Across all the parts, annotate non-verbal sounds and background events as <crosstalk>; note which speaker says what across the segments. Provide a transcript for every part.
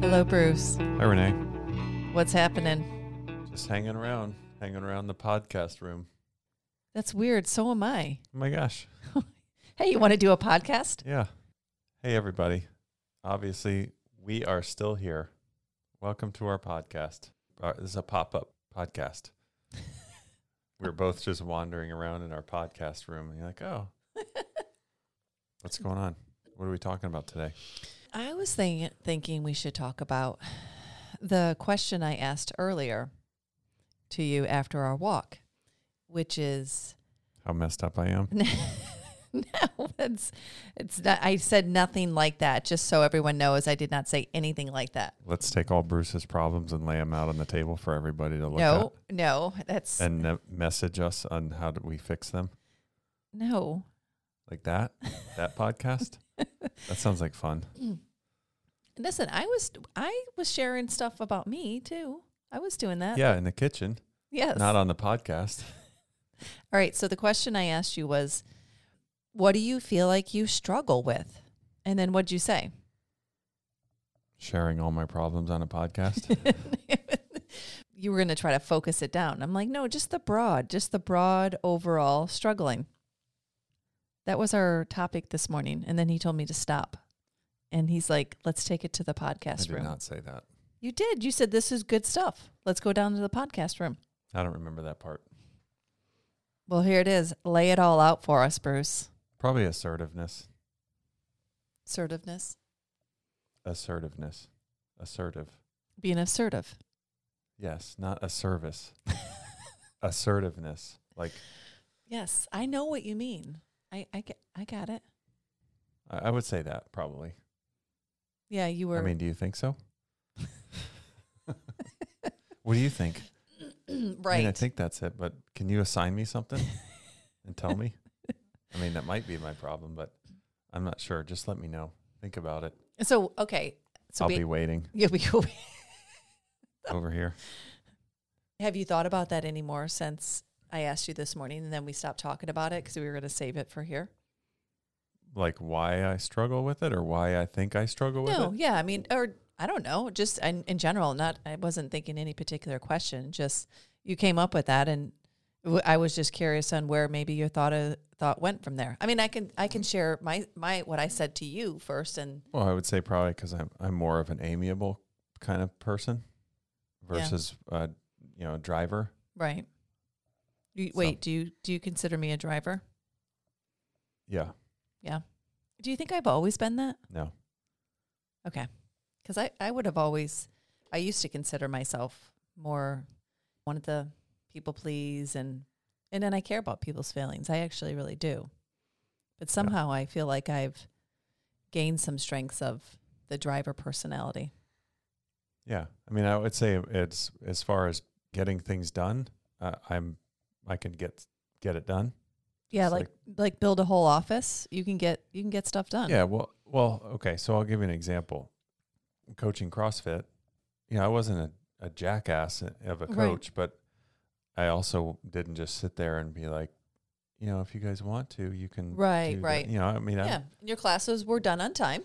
Speaker 1: Hello, Bruce.
Speaker 2: Hi, Renee.
Speaker 1: What's happening?
Speaker 2: Just hanging around, hanging around the podcast room.
Speaker 1: That's weird. So am I.
Speaker 2: Oh my gosh.
Speaker 1: Hey, you want to do a podcast?
Speaker 2: Yeah. Hey, everybody. Obviously, we are still here. Welcome to our podcast. Our, this is a pop up podcast. we were both just wandering around in our podcast room. And you're like, oh, what's going on? What are we talking about today?
Speaker 1: I was think- thinking we should talk about the question I asked earlier to you after our walk, which is <laughs>
Speaker 2: How messed up I am.
Speaker 1: no, it's it's not. I said nothing like that. Just so everyone knows, I did not say anything like that.
Speaker 2: Let's take all Bruce's problems and lay them out on the table for everybody to look
Speaker 1: no, no, that's
Speaker 2: at and uh, message us on how do we fix them.
Speaker 1: no.
Speaker 2: like that that podcast that sounds like fun
Speaker 1: Listen, I was I was sharing stuff about me too. I was doing that.
Speaker 2: yeah in the kitchen
Speaker 1: Yes.
Speaker 2: not on the podcast
Speaker 1: All right. So the question I asked you was, what do you feel like you struggle with? And then what'd you say?
Speaker 2: sharing all my problems on a podcast
Speaker 1: you were going to try to focus it down. I'm like, no, just the broad, just the broad overall struggling. That was our topic this morning. And then he told me to stop. And he's like, let's take it to the
Speaker 2: i
Speaker 1: podcast
Speaker 2: did
Speaker 1: room.
Speaker 2: not say that
Speaker 1: You did. You said, this is good stuff. Let's go down to the podcast room.
Speaker 2: i don't remember that part
Speaker 1: Well, here it is. Lay it all out for us, Bruce.
Speaker 2: probably assertiveness
Speaker 1: Assertiveness,
Speaker 2: assertiveness assertive
Speaker 1: being assertive.
Speaker 2: yes not a service assertiveness like
Speaker 1: Yes, I know what you mean. I I get I got it.
Speaker 2: i, I would say that probably
Speaker 1: Yeah, you were.
Speaker 2: i mean do you think so what do you think
Speaker 1: <clears throat> right.
Speaker 2: I, mean, I think that's it but can you assign me something and tell
Speaker 1: <laughs>
Speaker 2: me? I mean, that might be my problem, but I'm not sure. Just let me know. Think about it.
Speaker 1: so okay. So Oh.
Speaker 2: I'll
Speaker 1: we,
Speaker 2: be waiting
Speaker 1: <laughs> yeah, we,
Speaker 2: over here.
Speaker 1: have you thought about that anymore since I asked you this morning, and then we stopped talking about it because we were going to save it for here.
Speaker 2: Like why I struggle with it or why I think I struggle with
Speaker 1: No,
Speaker 2: it.
Speaker 1: yeah, I mean, or I don't know, just in, in general. Not, I wasn't thinking any particular question. Just you came up with that, and w- I was just curious on where maybe your thought uh, thought went from there. I mean, I can I can share my my what I said to you first, and
Speaker 2: Well, I would say probably because I'm, I'm more of an amiable kind of person
Speaker 1: Yeah.
Speaker 2: versus, uh, you know, a driver.
Speaker 1: Right. Do you,
Speaker 2: So-
Speaker 1: Wait, do you do you consider me a driver?
Speaker 2: Yeah.
Speaker 1: Do you think I've always been that?
Speaker 2: No.
Speaker 1: Okay. Cuz I I would have always I used to consider myself more wanted the people please and and then I care about people's feelings. I actually really do. But somehow I feel like I've gained some strengths of the driver personality.
Speaker 2: Yeah. I mean, I would say it's as far as getting things done, uh, I'm, I can get, get it done.
Speaker 1: Yeah,
Speaker 2: It's
Speaker 1: like, like build a whole office. You can get you can get stuff done.
Speaker 2: Yeah, well, well, okay. So I'll give you an example. Coaching CrossFit, you know, I wasn't a, a jackass of a
Speaker 1: Right.
Speaker 2: coach, but I also didn't just sit there and be like, you know, if you guys want to, you can.
Speaker 1: Right,
Speaker 2: do that."
Speaker 1: right.
Speaker 2: You know, I mean, I,
Speaker 1: Yeah.
Speaker 2: yeah,
Speaker 1: And your classes were done on time.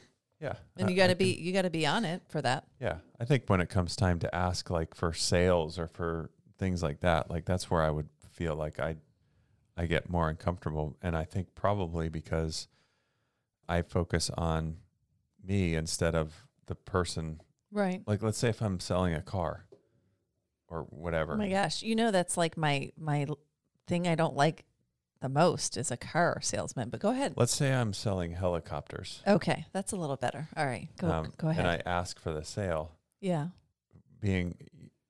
Speaker 1: And
Speaker 2: I-
Speaker 1: you got
Speaker 2: I
Speaker 1: to
Speaker 2: can-
Speaker 1: be you got to be on it for that.
Speaker 2: Yeah, I think when it comes time to ask, like for sales or for things like that, like that's where I would feel like I, I get more uncomfortable, and I think probably because I focus on me instead of the person
Speaker 1: Right.
Speaker 2: like let's say if I'm selling a car or whatever.
Speaker 1: Oh my gosh, you know that's like my my l- thing I don't like the most is a car salesman. But go ahead.
Speaker 2: Let's say I'm selling helicopters.
Speaker 1: Okay, that's a little better. All right, go
Speaker 2: um,
Speaker 1: go ahead.
Speaker 2: And I ask for the sale,
Speaker 1: yeah,
Speaker 2: being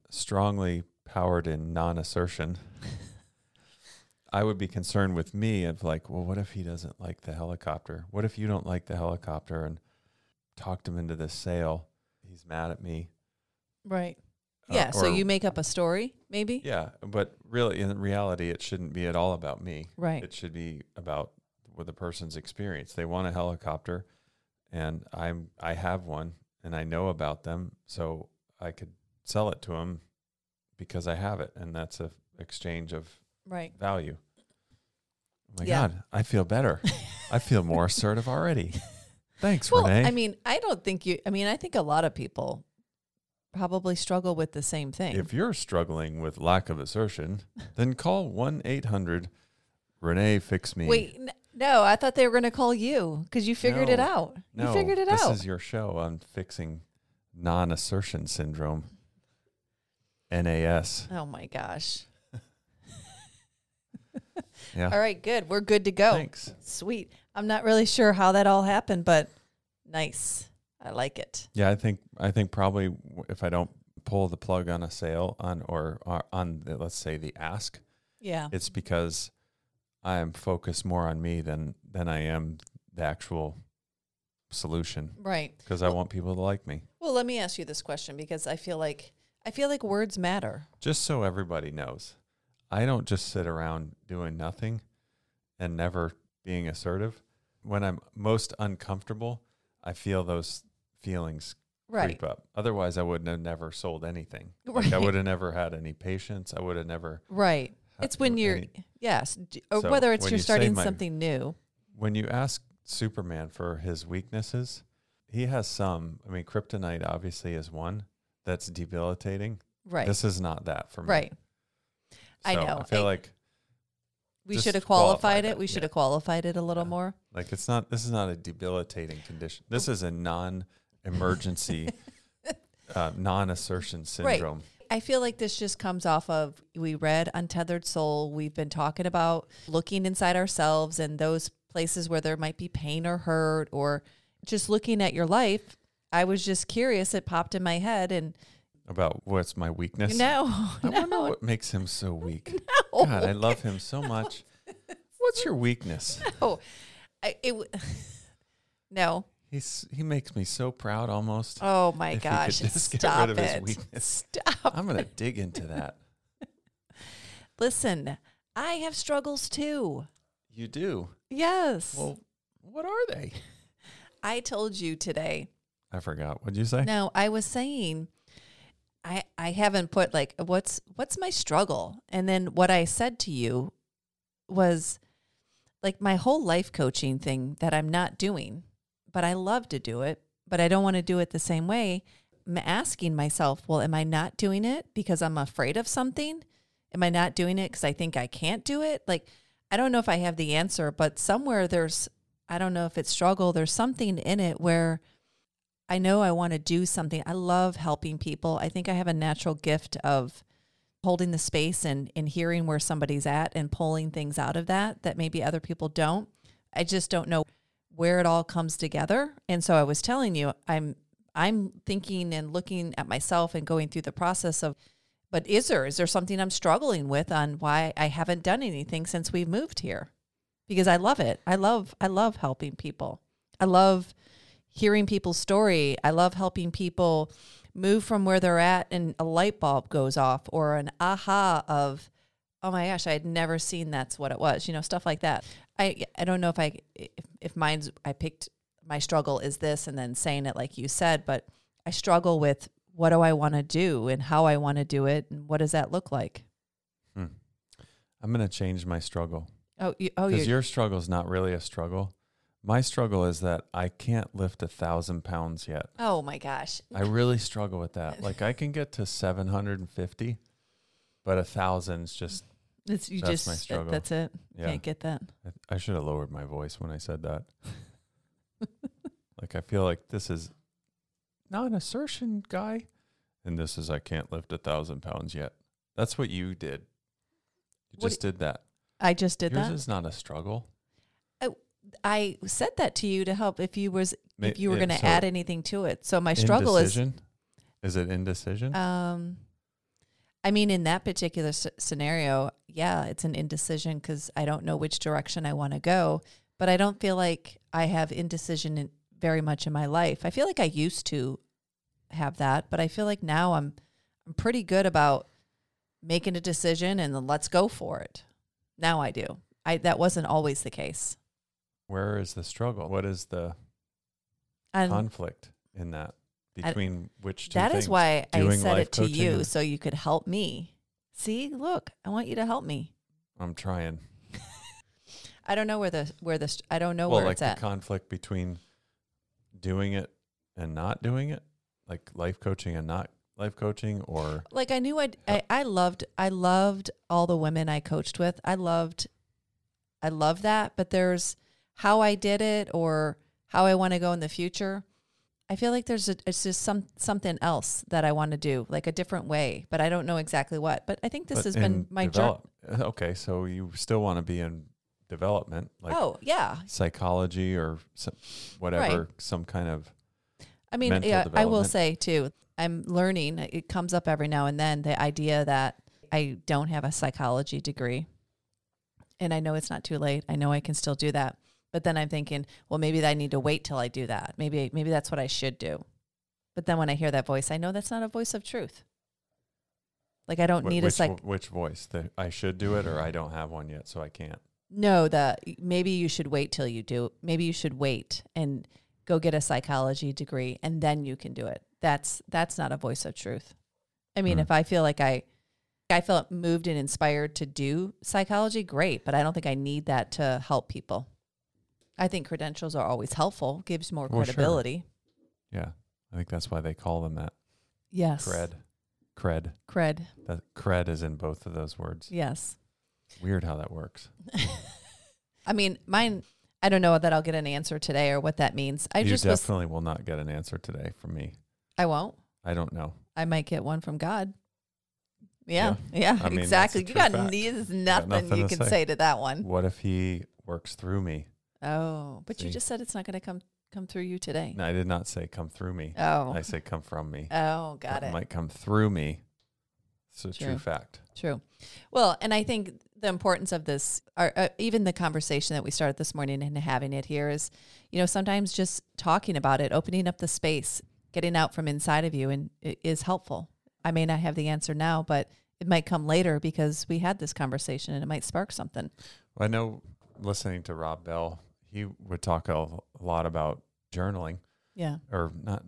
Speaker 2: strongly powered in non-assertion. I would be concerned with me of like, well, what if he doesn't like the helicopter? What if you don't like the helicopter and talked him into this sale? He's mad at me.
Speaker 1: right.
Speaker 2: uh,
Speaker 1: yeah. so
Speaker 2: or-
Speaker 1: you make up a story, maybe.
Speaker 2: Yeah, but really, in reality, it shouldn't be at all about me.
Speaker 1: Right.
Speaker 2: It should be about what the person's experience. They want a helicopter, and I'm I have one, and I know about them, so I could sell it to them because I have it, and that's a exchange of
Speaker 1: Right.
Speaker 2: value. Oh my
Speaker 1: Yeah.
Speaker 2: God, I feel
Speaker 1: <laughs>
Speaker 2: better. I feel more assertive already. Thanks,
Speaker 1: Well,
Speaker 2: Renee.
Speaker 1: I mean, I don't think you. I mean, I think a lot of people probably struggle with the same thing.
Speaker 2: If you're struggling with lack of assertion, then call 1 800 Renee Fix Me.
Speaker 1: Wait, n- no, I thought they were going to call you because you figured it
Speaker 2: No.
Speaker 1: out.
Speaker 2: no,
Speaker 1: you figured it
Speaker 2: this
Speaker 1: out.
Speaker 2: is your show on fixing non assertion syndrome, NAS.
Speaker 1: oh my gosh.
Speaker 2: <laughs> Yeah.
Speaker 1: <laughs> All right, good. We're good to go.
Speaker 2: Thanks.
Speaker 1: Sweet. I'm not really sure how that all happened, but nice. I like it.
Speaker 2: Yeah, I think I think probably w- if I don't pull the plug on a sale on or, or on the, let's say the ask,
Speaker 1: Yeah.
Speaker 2: it's because I am focused more on me than than I am the actual solution
Speaker 1: Right.
Speaker 2: because I want people to like me.
Speaker 1: Well, let me ask you this question because I feel like I feel like words matter.
Speaker 2: Just so everybody knows, I don't just sit around doing nothing and never being assertive. When I'm most uncomfortable, I feel those feelings
Speaker 1: Right. <laughs>
Speaker 2: creep up. Otherwise, I would have never sold anything. Like I
Speaker 1: Right.
Speaker 2: would have never had any patience. I would have never.
Speaker 1: <laughs> Right.
Speaker 2: had
Speaker 1: It's when you're
Speaker 2: any-
Speaker 1: yes, d- or
Speaker 2: So
Speaker 1: whether it's
Speaker 2: when
Speaker 1: you're
Speaker 2: you say
Speaker 1: starting
Speaker 2: my-
Speaker 1: something new.
Speaker 2: when you ask Superman for his weaknesses, he has some. I mean, kryptonite obviously is one that's debilitating.
Speaker 1: Right.
Speaker 2: This is not that for me.
Speaker 1: right. I
Speaker 2: So
Speaker 1: know.
Speaker 2: I feel
Speaker 1: I-
Speaker 2: like
Speaker 1: We
Speaker 2: Just
Speaker 1: should have
Speaker 2: qualified
Speaker 1: qualified
Speaker 2: it,
Speaker 1: it. We should
Speaker 2: yeah.
Speaker 1: have qualified it a little
Speaker 2: Yeah.
Speaker 1: more.
Speaker 2: like it's not. This is not a debilitating condition. This is
Speaker 1: <laughs>
Speaker 2: a non-emergency, uh, non-assertion syndrome.
Speaker 1: I feel like this just comes off of we read Untethered Soul. We've been talking about looking inside ourselves and those places where there might be pain or hurt or just looking at your life. I was just curious. It popped in my head and
Speaker 2: About what's my weakness?
Speaker 1: no, <laughs>
Speaker 2: I wonder
Speaker 1: no,
Speaker 2: what makes him so weak.
Speaker 1: <laughs> no.
Speaker 2: God, I love him so much.
Speaker 1: <laughs>
Speaker 2: What's your weakness?
Speaker 1: Oh, I, it. w- <laughs> no.
Speaker 2: He's he makes me so proud almost.
Speaker 1: Oh my
Speaker 2: If he could
Speaker 1: gosh!
Speaker 2: just get
Speaker 1: Stop
Speaker 2: rid of his
Speaker 1: it!
Speaker 2: weakness.
Speaker 1: Stop.
Speaker 2: I'm gonna dig
Speaker 1: <laughs>
Speaker 2: into that.
Speaker 1: Listen, I have struggles too.
Speaker 2: You do.
Speaker 1: Yes.
Speaker 2: Well, what are they?
Speaker 1: I told you today.
Speaker 2: I forgot. What'd you say?
Speaker 1: No, I was saying, I I haven't put like what's what's my struggle, and then what I said to you was like my whole life coaching thing that I'm not doing, but I love to do it, but I don't want to do it the same way. I'm asking myself, well, am I not doing it because I'm afraid of something? Am I not doing it because I think I can't do it? Like, I don't know if I have the answer, but somewhere there's, I don't know if it's struggle, there's something in it where I know I want to do something. I love helping people. I think I have a natural gift of holding the space and, and hearing where somebody's at and pulling things out of that that maybe other people don't. I just don't know where it all comes together. And so I was telling you, I'm I'm thinking and looking at myself and going through the process of but is there is there something I'm struggling with on why I haven't done anything since we moved here? Because I love it. I love I love helping people. I love hearing people's story. I love helping people move from where they're at and a light bulb goes off or an aha of oh my gosh, I had never seen that's what it was. You know, stuff like that. I I don't know if I if, if mine's I picked my struggle is this and then saying it like you said, but I struggle with what do I want to do and how I want to do it and what does that look like?
Speaker 2: Hmm. I'm gonna change my struggle
Speaker 1: Oh, you, oh,
Speaker 2: because
Speaker 1: you
Speaker 2: your struggle is not really a struggle. My struggle is that I can't lift a thousand pounds yet.
Speaker 1: Oh my gosh.
Speaker 2: I really struggle with that. Like I can get to 750, but a thousand's just.
Speaker 1: It's you
Speaker 2: That's
Speaker 1: just
Speaker 2: my
Speaker 1: that-
Speaker 2: struggle.
Speaker 1: that's it.
Speaker 2: Yeah.
Speaker 1: Can't get that.
Speaker 2: I- I should have lowered my voice when I
Speaker 1: <laughs>
Speaker 2: said that. like I feel like this is not an assertion guy, and this is I can't lift a thousand pounds yet. That's what you did. You
Speaker 1: What
Speaker 2: just did that.
Speaker 1: I just did
Speaker 2: Yours
Speaker 1: that.
Speaker 2: is not a struggle.
Speaker 1: I said that to you to help if you was
Speaker 2: Ma-
Speaker 1: if you were
Speaker 2: yeah,
Speaker 1: going to
Speaker 2: so
Speaker 1: add anything to it. So my struggle is
Speaker 2: indecision? Is it indecision?
Speaker 1: Um, I mean, in that particular s- scenario, yeah, it's an indecision because I don't know which direction I want to go. But I don't feel like I have indecision in, very much in my life. I feel like I used to have that, but I feel like now I'm I'm pretty good about making a decision and then let's go for it. Now I do. I that wasn't always the case.
Speaker 2: Where is the struggle? What is the
Speaker 1: And
Speaker 2: conflict in that between which two
Speaker 1: That is
Speaker 2: things?
Speaker 1: why I
Speaker 2: doing
Speaker 1: said
Speaker 2: life
Speaker 1: it to
Speaker 2: coaching
Speaker 1: you
Speaker 2: and-
Speaker 1: so you could help me. See, look, I want you to help me.
Speaker 2: I'm trying.
Speaker 1: I don't know where the where the st- I don't know
Speaker 2: well,
Speaker 1: where
Speaker 2: like
Speaker 1: it's
Speaker 2: the
Speaker 1: at.
Speaker 2: conflict between doing it and not doing it, like life coaching and not life coaching or
Speaker 1: like I knew I'd,
Speaker 2: Oh.
Speaker 1: I I loved I loved all the women I coached with. I loved I love that, but there's how I did it or how I want to go in the future. I feel like there's a, it's just some something else that I want to do, like a different way, but I don't know exactly what. But I think this
Speaker 2: but
Speaker 1: has been
Speaker 2: in
Speaker 1: my journey.
Speaker 2: develop- uh, Okay, so you still want to be in development, like
Speaker 1: oh yeah,
Speaker 2: psychology or some, whatever, some kind of
Speaker 1: I mean,
Speaker 2: mental
Speaker 1: yeah, I will
Speaker 2: development.
Speaker 1: say too, I'm learning. It comes up every now and then the idea that I don't have a psychology degree. And I know it's not too late. I know I can still do that. But then I'm thinking, well, maybe I need to wait till I do that. Maybe maybe that's what I should do. But then when I hear that voice, I know that's not a voice of truth. Like I don't
Speaker 2: wh-
Speaker 1: need a
Speaker 2: which,
Speaker 1: psych. Mm-hmm.
Speaker 2: vo- which voice that I should do it or I don't have one yet, so I can't.
Speaker 1: No, the maybe you should wait till you do. Maybe you should wait and go get a psychology degree and then you can do it. That's that's not a voice of truth. I mean,
Speaker 2: Hmm.
Speaker 1: if I feel like I I felt moved and inspired to do psychology, great, but I don't think I need that to help people. I think credentials are always helpful, gives more
Speaker 2: Well, Oh, sure.
Speaker 1: credibility.
Speaker 2: Yeah, I think that's why they call them that.
Speaker 1: Yes.
Speaker 2: Cred, cred.
Speaker 1: Cred.
Speaker 2: That cred is in both of those words.
Speaker 1: Yes. <laughs>
Speaker 2: Weird how that works.
Speaker 1: I mean, mine I don't know that I'll get an answer today or what that means. I
Speaker 2: you
Speaker 1: just was
Speaker 2: definitely will not get an answer today from me.
Speaker 1: I won't.
Speaker 2: I don't know.
Speaker 1: I might get one from God. Yeah, yeah,
Speaker 2: I mean, that's a
Speaker 1: exactly. You
Speaker 2: true
Speaker 1: got
Speaker 2: fact.
Speaker 1: there's nothing,
Speaker 2: nothing
Speaker 1: you
Speaker 2: to
Speaker 1: can
Speaker 2: say.
Speaker 1: say. to that one.
Speaker 2: What if he works through me?
Speaker 1: Oh, but you
Speaker 2: See.
Speaker 1: just said it's not going to come come through you today.
Speaker 2: No, I did not say come through me.
Speaker 1: Oh,
Speaker 2: I say come
Speaker 1: <laughs>
Speaker 2: from me.
Speaker 1: oh, got
Speaker 2: That
Speaker 1: it.
Speaker 2: Might come through me. It's a true
Speaker 1: True.
Speaker 2: fact.
Speaker 1: True. Well, and I think the importance of this, or uh, even the conversation that we started this morning and having it here is, you know, sometimes just talking about it, opening up the space, getting out from inside of you, and i- is helpful. I may not have the answer now, but it might come later because we had this conversation and it might spark something.
Speaker 2: I know listening to Rob Bell, he would talk a lot about journaling
Speaker 1: Yeah.
Speaker 2: or not.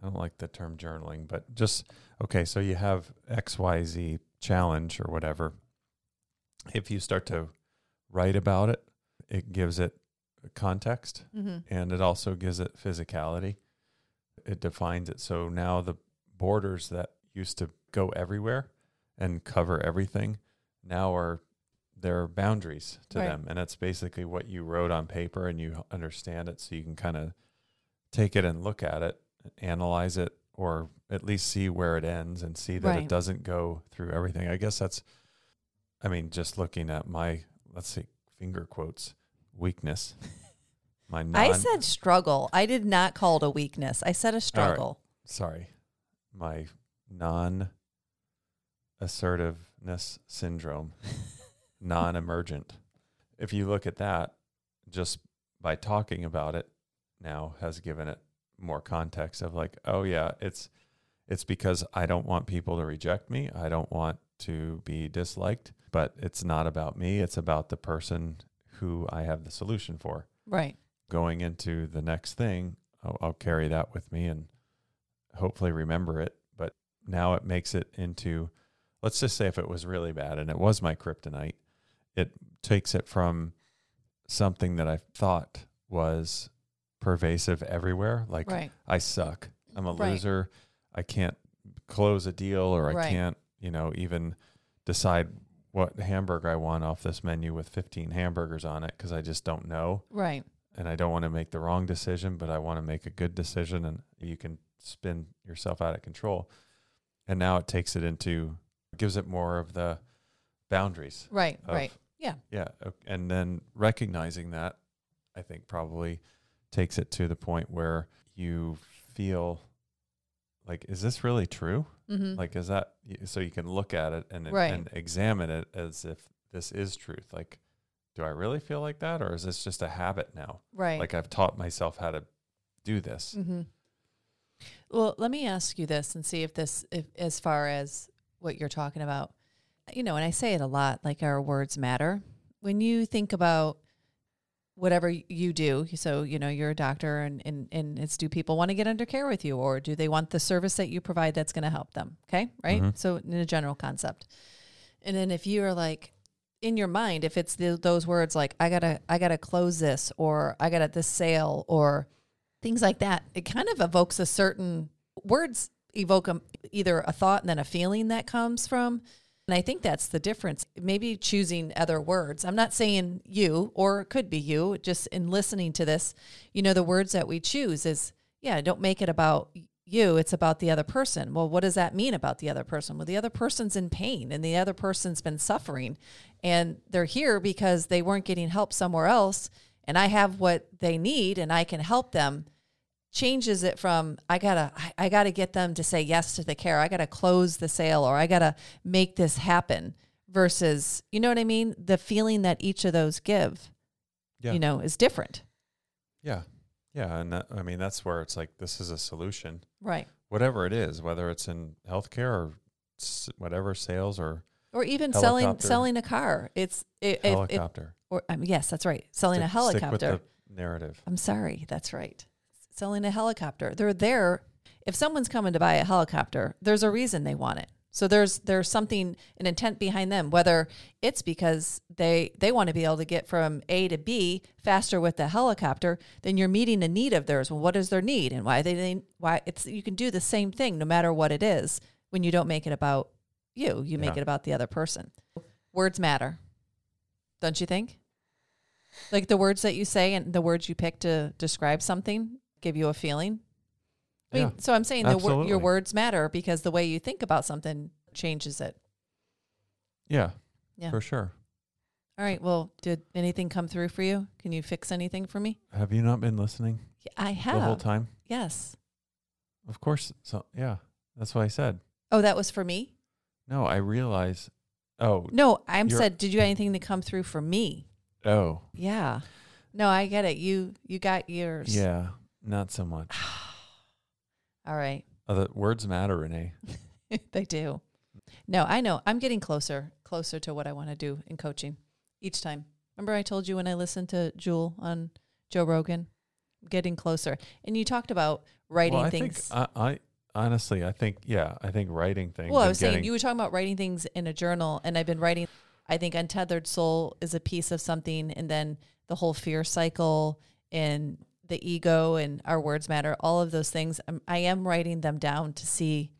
Speaker 2: I don't like the term journaling, but just okay. So you have XYZ challenge or whatever. If you start to write about it, it gives it context.
Speaker 1: Mm-hmm.
Speaker 2: and it also gives it physicality. It defines it. So now the borders that used to go everywhere and cover everything now are there are boundaries to
Speaker 1: Right.
Speaker 2: them. And that's basically what you wrote on paper and you understand it. So you can kind of take it and look at it, analyze it, or at least see where it ends and see that
Speaker 1: Right.
Speaker 2: it doesn't go through everything. I guess that's, I mean, just looking at my, let's see, finger quotes,
Speaker 1: <laughs>
Speaker 2: weakness. My non-
Speaker 1: I said struggle. I did not call it a weakness. I said a struggle.
Speaker 2: sorry, my non assertiveness
Speaker 1: <laughs>
Speaker 2: syndrome, non emergent. If you look at that, just by talking about it now has given it more context of like, oh yeah, it's it's because I don't want people to reject me. I don't want to be disliked, but it's not about me. It's about the person who I have the solution for
Speaker 1: Right.
Speaker 2: going into the next thing, I'll, I'll carry that with me and hopefully remember it. But now it makes it into, let's just say if it was really bad and it was my kryptonite, it takes it from something that I thought was pervasive everywhere. Like,
Speaker 1: Right.
Speaker 2: I suck. I'm a
Speaker 1: Right.
Speaker 2: loser. I can't close a deal or I
Speaker 1: Right.
Speaker 2: can't, you know, even decide what hamburger I want off this menu with 15 hamburgers on it because I just don't know
Speaker 1: Right.
Speaker 2: and I don't want to make the wrong decision, but I want to make a good decision and you can spin yourself out of control. And now it takes it into gives it more of the boundaries.
Speaker 1: Right.
Speaker 2: Of,
Speaker 1: right. Yeah.
Speaker 2: Yeah, o- and then recognizing that I think probably takes it to the point where you feel like is this really true?
Speaker 1: Mm-hmm.
Speaker 2: Like is that y- so you can look at it and
Speaker 1: Right.
Speaker 2: and examine it as if this is truth. Like do I really feel like that or is this just a habit now?
Speaker 1: right.
Speaker 2: like I've taught myself how to do this.
Speaker 1: mm-hmm. Well, let me ask you this and see if this, if as far as what you're talking about, you know, and I say it a lot, like our words matter. When you think about whatever y- you do, so you know you're a doctor, and and and it's do people want to get under care with you, or do they want the service that you provide that's going to help them? Okay, right.
Speaker 2: Mhm.
Speaker 1: So in a general concept, and then if you are like in your mind, if it's the, those words like I gotta I gotta close this, or I gotta this sale, or things like that, it kind of evokes a certain words evoke a, either a thought and then a feeling that comes from. And I think that's the difference. Maybe choosing other words. I'm not saying you or it could be you, just in listening to this, you know, the words that we choose is, yeah, don't make it about you, it's about the other person. Well, what does that mean about the other person? Well, the other person's in pain and the other person's been suffering and they're here because they weren't getting help somewhere else and I have what they need and I can help them changes it from I gotta I- I gotta get them to say yes to the care. I gotta close the sale or I gotta make this happen versus you know what I mean? The feeling that each of those give,
Speaker 2: Yeah.
Speaker 1: you know, is different.
Speaker 2: Yeah. Yeah. And that, I mean, that's where it's like, this is a solution,
Speaker 1: Right.
Speaker 2: whatever it is, whether it's in healthcare or s- whatever sales or
Speaker 1: Or even selling
Speaker 2: Helicopter.
Speaker 1: selling a car. It's it, if, if,
Speaker 2: helicopter.
Speaker 1: or um, yes, that's right. Selling a
Speaker 2: Stick-
Speaker 1: helicopter.
Speaker 2: Stick with the narrative.
Speaker 1: I'm sorry, that's right. Selling a helicopter. They're there. If someone's coming to buy a helicopter, there's a reason they want it. So there's there's something an intent behind them, whether it's because they they want to be able to get from A to B faster with the helicopter, then you're meeting a need of theirs. Well, what is their need and why they, they why it's you can do the same thing no matter what it is when you don't make it about you, you make
Speaker 2: Yeah.
Speaker 1: it about the other person. Words matter. Don't you think? Like the words that you say and the words you pick to describe something give you a feeling. I mean,
Speaker 2: Yeah,
Speaker 1: so I'm saying the wor-
Speaker 2: absolutely.
Speaker 1: your words matter because the way you think about something changes it.
Speaker 2: Yeah.
Speaker 1: Yeah.
Speaker 2: For sure.
Speaker 1: All right. Well, did anything come through for you? Can you fix anything for me?
Speaker 2: Have you not been listening
Speaker 1: Yeah, I
Speaker 2: the whole
Speaker 1: have.
Speaker 2: time?
Speaker 1: yes.
Speaker 2: Of course. So, yeah. That's what I said.
Speaker 1: Oh, that was for me.
Speaker 2: No, I realize. Oh,
Speaker 1: No, I'm
Speaker 2: You're-
Speaker 1: said. Did you anything to come through for me?
Speaker 2: oh,
Speaker 1: Yeah. No, I get it. You you got yours.
Speaker 2: yeah. Not so much.
Speaker 1: All right.
Speaker 2: Other words matter, Renee.
Speaker 1: they do. No, I know. I'm getting closer, closer to what I want to do in coaching each time. Remember, I told you when I listened to Jewel on Joe Rogan, getting closer. And you talked about writing
Speaker 2: well, I
Speaker 1: things.
Speaker 2: Think, I, I honestly, I think, yeah, I think writing things.
Speaker 1: well, I
Speaker 2: and
Speaker 1: was
Speaker 2: getting-
Speaker 1: saying you were talking about writing things in a journal, and I've been writing. I think Untethered Soul is a piece of something, and then the whole fear cycle and the ego and our words matter. All of those things, I'm, I am writing them down to see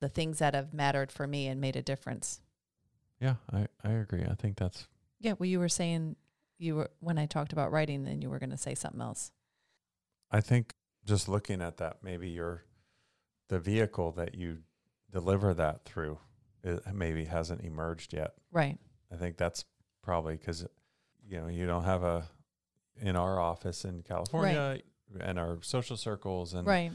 Speaker 1: the things that have mattered for me and made a difference.
Speaker 2: Yeah, I, I agree. I think that's
Speaker 1: Yeah, well, you were saying you were when I talked about writing, then you were going to say something else.
Speaker 2: I think just looking at that, maybe your the vehicle that you deliver that through it maybe hasn't emerged yet.
Speaker 1: Right.
Speaker 2: I think that's probably because you know you don't have a in our office in California and our social circles and
Speaker 1: right.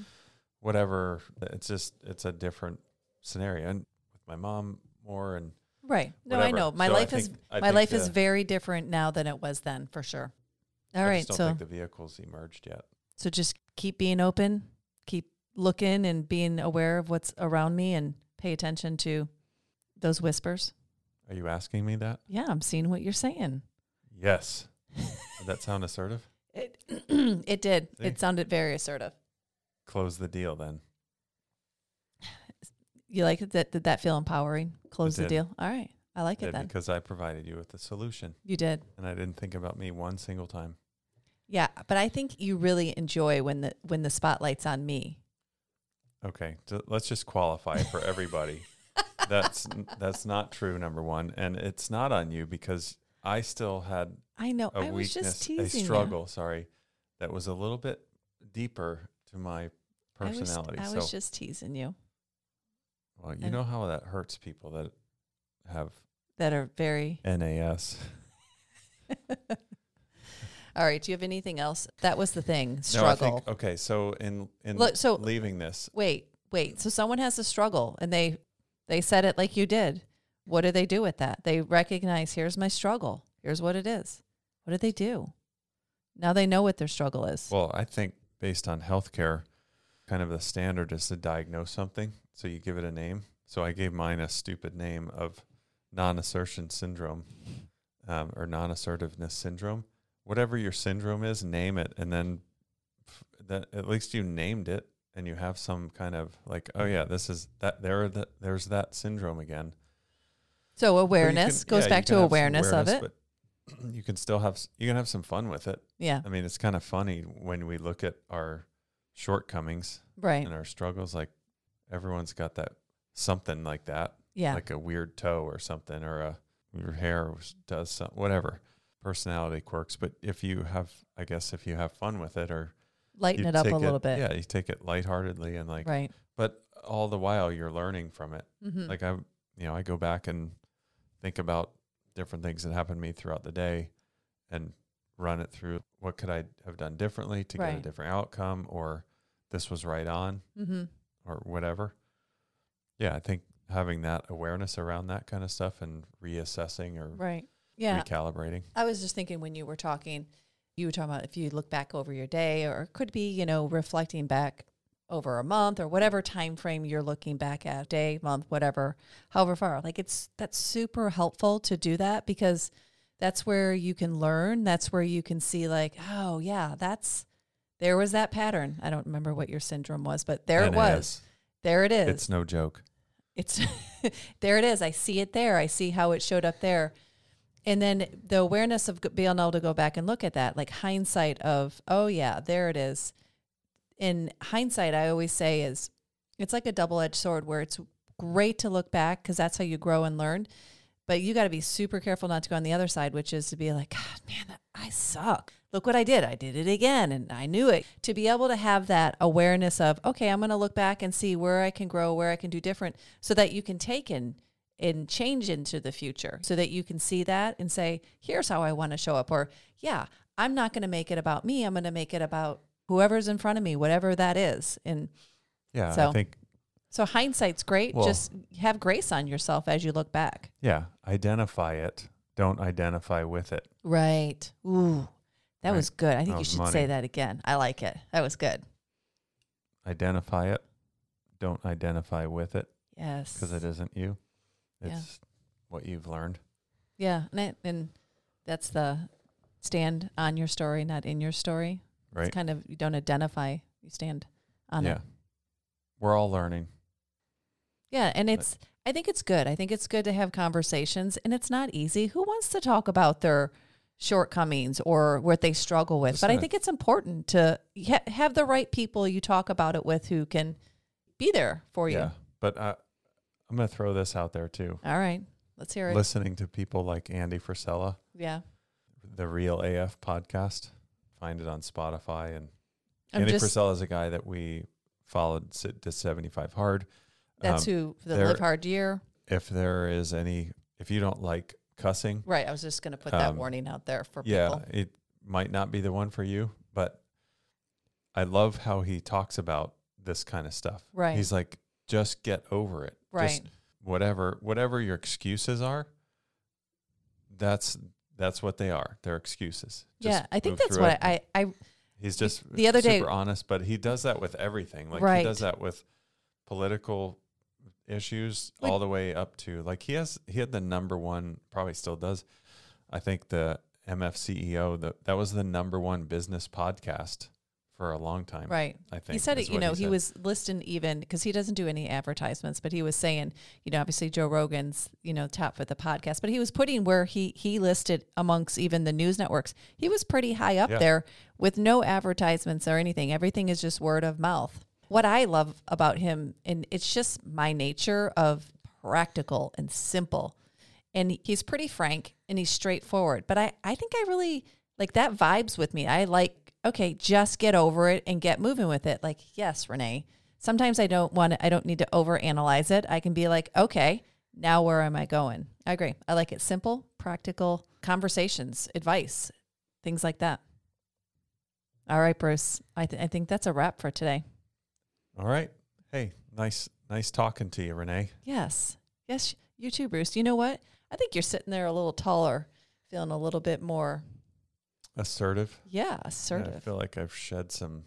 Speaker 2: whatever. It's just it's a different scenario. And with my mom more and
Speaker 1: Right. No,
Speaker 2: whatever.
Speaker 1: I know. My
Speaker 2: So
Speaker 1: life is
Speaker 2: think- I
Speaker 1: my
Speaker 2: think
Speaker 1: life is
Speaker 2: the-
Speaker 1: very different now than it was then, for sure. All
Speaker 2: I
Speaker 1: right.
Speaker 2: just don't
Speaker 1: So
Speaker 2: think the vehicle's emerged yet.
Speaker 1: so just keep being open, keep looking and being aware of what's around me and pay attention to those whispers.
Speaker 2: Are you asking me that?
Speaker 1: Yeah, I'm seeing what you're saying. <laughs>
Speaker 2: Yes. Did that sound assertive?
Speaker 1: It <clears throat> it did.
Speaker 2: See?
Speaker 1: It sounded very assertive.
Speaker 2: Close the deal then.
Speaker 1: You like it? That did that feel empowering? Close the
Speaker 2: did.
Speaker 1: deal. All right. I like
Speaker 2: Yeah,
Speaker 1: it then.
Speaker 2: because I provided you with the solution
Speaker 1: You did.
Speaker 2: and I didn't think about me one single time.
Speaker 1: Yeah, but I think you really enjoy when the when the spotlight's on me.
Speaker 2: Okay, so let's just qualify for
Speaker 1: <laughs>
Speaker 2: everybody. that's that's not true number 1 and it's not on you because I still had
Speaker 1: I know.
Speaker 2: a
Speaker 1: I was just
Speaker 2: weakness, a
Speaker 1: teasing. you.
Speaker 2: struggle, sorry, that was a little bit deeper to my
Speaker 1: I was-
Speaker 2: personality.
Speaker 1: I was,
Speaker 2: so
Speaker 1: just teasing you.
Speaker 2: well, you
Speaker 1: I-
Speaker 2: know how that hurts people that have
Speaker 1: That are very. <laughs>
Speaker 2: NAS.
Speaker 1: All right. Do you have anything else? That was the thing.
Speaker 2: No, I think-
Speaker 1: Struggle.
Speaker 2: okay, so in in
Speaker 1: Look, so-
Speaker 2: leaving this,
Speaker 1: wait, wait. So someone has a struggle, and they they said it like you did. What do they do with that? They recognize here's my struggle. Here's what it is. What do they do? Now they know what their struggle is.
Speaker 2: Well, I think based on healthcare, kind of the standard is to diagnose something. So you give it a name. So I gave mine a stupid name of non assertion syndrome um, or non assertiveness syndrome. Whatever your syndrome is, name it. And then f- that, at least you named it and you have some kind of like, oh, yeah, this is that there, are the, there's that syndrome again.
Speaker 1: so
Speaker 2: But you
Speaker 1: awareness
Speaker 2: can-
Speaker 1: goes
Speaker 2: yeah, you
Speaker 1: back
Speaker 2: can
Speaker 1: to
Speaker 2: have some
Speaker 1: awareness, of it.
Speaker 2: But you can still have, s- you can have some fun with it.
Speaker 1: yeah.
Speaker 2: I mean, it's kind of funny when we look at our shortcomings
Speaker 1: Right.
Speaker 2: and our struggles. Like, Everyone's got that something like that,
Speaker 1: Yeah.
Speaker 2: like a weird toe or something, or a your hair was- does some, whatever personality quirks. But if you have, I guess, if you have fun with it or you
Speaker 1: Lighten it up
Speaker 2: take
Speaker 1: a little bit.
Speaker 2: yeah, you take it lightheartedly and like,
Speaker 1: right.
Speaker 2: but all the while you're learning from it.
Speaker 1: Mm-hmm.
Speaker 2: Like I, you know, I go back and think about different things that happened to me throughout the day, and run it through. What could I have done differently to get a
Speaker 1: Right.
Speaker 2: different outcome, or this was right on,
Speaker 1: mm-hmm.
Speaker 2: or whatever. Yeah, I think having that awareness around that kind of stuff and reassessing or
Speaker 1: Right. Yeah.
Speaker 2: recalibrating.
Speaker 1: I was just thinking when you were talking, you were talking about if you look back over your day, or it could be you know reflecting back over a month or whatever time frame you're looking back at day, month, whatever, however far. Like it's that's super helpful to do that because that's where you can learn. That's where you can see like, oh yeah, that's there was that pattern. I don't remember what your syndrome was, but there it
Speaker 2: And
Speaker 1: was.
Speaker 2: is.
Speaker 1: There it is.
Speaker 2: It's no joke.
Speaker 1: It's <laughs> there it is. I see it there. I see how it showed up there. And then the awareness of g- being able to go back and look at that, like hindsight of, oh yeah, there it is. In hindsight, I always say is it's like a double edged sword where it's great to look back because that's how you grow and learn. But you got to be super careful not to go on the other side, which is to be like, God, man, I suck. Look what I did. I did it again and I knew it. To be able to have that awareness of, okay, I'm going to look back and see where I can grow, where I can do different so that you can take in and change into the future so that you can see that and say, here's how I want to show up. Or, yeah, I'm not going to make it about me. I'm going to make it about whoever's in front of me, whatever that is. And
Speaker 2: Yeah, I
Speaker 1: So-
Speaker 2: think
Speaker 1: so hindsight's great.
Speaker 2: Well-
Speaker 1: Just have grace on yourself as you look back.
Speaker 2: yeah, identify it. Don't identify with it.
Speaker 1: Right. Ooh, that
Speaker 2: Right.
Speaker 1: was good. I think
Speaker 2: That
Speaker 1: you
Speaker 2: was
Speaker 1: should
Speaker 2: money.
Speaker 1: say that again. I like it. That was good.
Speaker 2: Identify it. Don't identify with it
Speaker 1: Yes.
Speaker 2: because it isn't you.
Speaker 1: Yeah.
Speaker 2: It's what you've learned.
Speaker 1: Yeah, and I, and that's the stand on your story, not in your story.
Speaker 2: Right.
Speaker 1: It's kind of you don't identify, you stand on
Speaker 2: yeah.
Speaker 1: it.
Speaker 2: We're all learning.
Speaker 1: Yeah, and it's I think it's good. I think it's good to have conversations and it's not easy. Who wants to talk about their shortcomings or what they struggle with?
Speaker 2: It's
Speaker 1: but I
Speaker 2: not-
Speaker 1: think it's important to ha- have the right people you talk about it with who can be there for you.
Speaker 2: Yeah. But I, I'm going to throw this out there too.
Speaker 1: All right. Let's hear it.
Speaker 2: Listening to people like Andy Frisella,
Speaker 1: yeah.
Speaker 2: the Real AF podcast, find it on Spotify. And
Speaker 1: I'm
Speaker 2: Andy
Speaker 1: just
Speaker 2: Frisella is a guy that we followed s- to 75 Hard.
Speaker 1: that's
Speaker 2: um,
Speaker 1: who for the
Speaker 2: there-
Speaker 1: live hard year.
Speaker 2: If there is any, if you don't like cussing,
Speaker 1: Right. I was just going to put that
Speaker 2: um,
Speaker 1: warning out there for
Speaker 2: yeah,
Speaker 1: people.
Speaker 2: it might not be the one for you, but I love how he talks about this kind of stuff.
Speaker 1: Right.
Speaker 2: He's like, just get over it.
Speaker 1: Right.
Speaker 2: Just whatever whatever your excuses are, that's that's what they are. They're excuses. Just
Speaker 1: yeah, I think
Speaker 2: move
Speaker 1: that's
Speaker 2: through
Speaker 1: what
Speaker 2: it.
Speaker 1: I, I I-
Speaker 2: He's just
Speaker 1: the other day-
Speaker 2: super honest, but he does that with everything. Like he
Speaker 1: Right.
Speaker 2: does that with political issues
Speaker 1: Like-
Speaker 2: all the way up to like he has he had the number one probably still does. I think the MFCEO E the, that was the number one business podcast for a long time.
Speaker 1: right.
Speaker 2: I think
Speaker 1: He said
Speaker 2: is
Speaker 1: it. You
Speaker 2: what
Speaker 1: know, he,
Speaker 2: said.
Speaker 1: was listing even because he doesn't do any advertisements, but he was saying, you know, obviously Joe Rogan's you know top for the podcast, but he was putting where he he listed amongst even the news networks. He was pretty high up
Speaker 2: Yeah.
Speaker 1: there with no advertisements or anything. Everything is just word of mouth. What I love about him, and it's just my nature of practical and simple. and he's pretty frank and he's straightforward. But I, I think I really like that vibes with me. I like, okay, just get over it and get moving with it. Like, yes, Renee. Sometimes I don't want to, I don't need to overanalyze it. I can be like, okay, now where am I going? I agree. I like it simple, practical conversations, advice, things like that. All right, Bruce. I, th- I think that's a wrap for today.
Speaker 2: all right. Hey, nice nice talking to you, Renee.
Speaker 1: Yes. Yes, you too, Bruce. You know what? I think you're sitting there a little taller, feeling a little bit more
Speaker 2: Assertive.
Speaker 1: Yeah,
Speaker 2: Yeah, I
Speaker 1: assertive.
Speaker 2: feel like I've shed some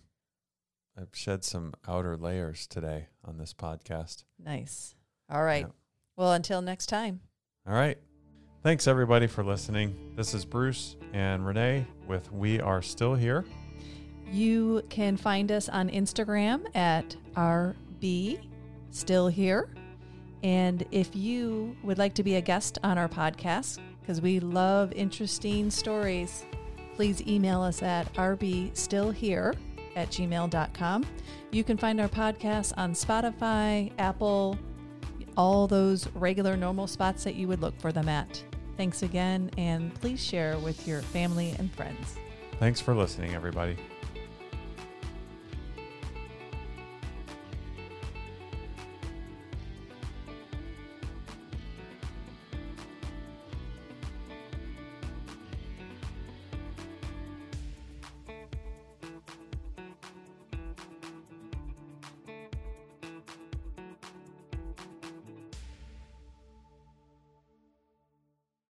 Speaker 2: I've shed some outer layers today on this podcast.
Speaker 1: nice. All right.
Speaker 2: Yeah.
Speaker 1: Well, until next time.
Speaker 2: All right. Thanks everybody for listening. This is Bruce and Renee with We Are Still Here.
Speaker 1: You can find us on Instagram at RB Still Here. And if you would like to be a guest on our podcast, because we love interesting stories, please email us at rbstillhere at gmail.com. You can find our podcast on Spotify, Apple, all those regular, normal spots that you would look for them at. Thanks again, and please share with your family and friends.
Speaker 2: Thanks for listening, everybody.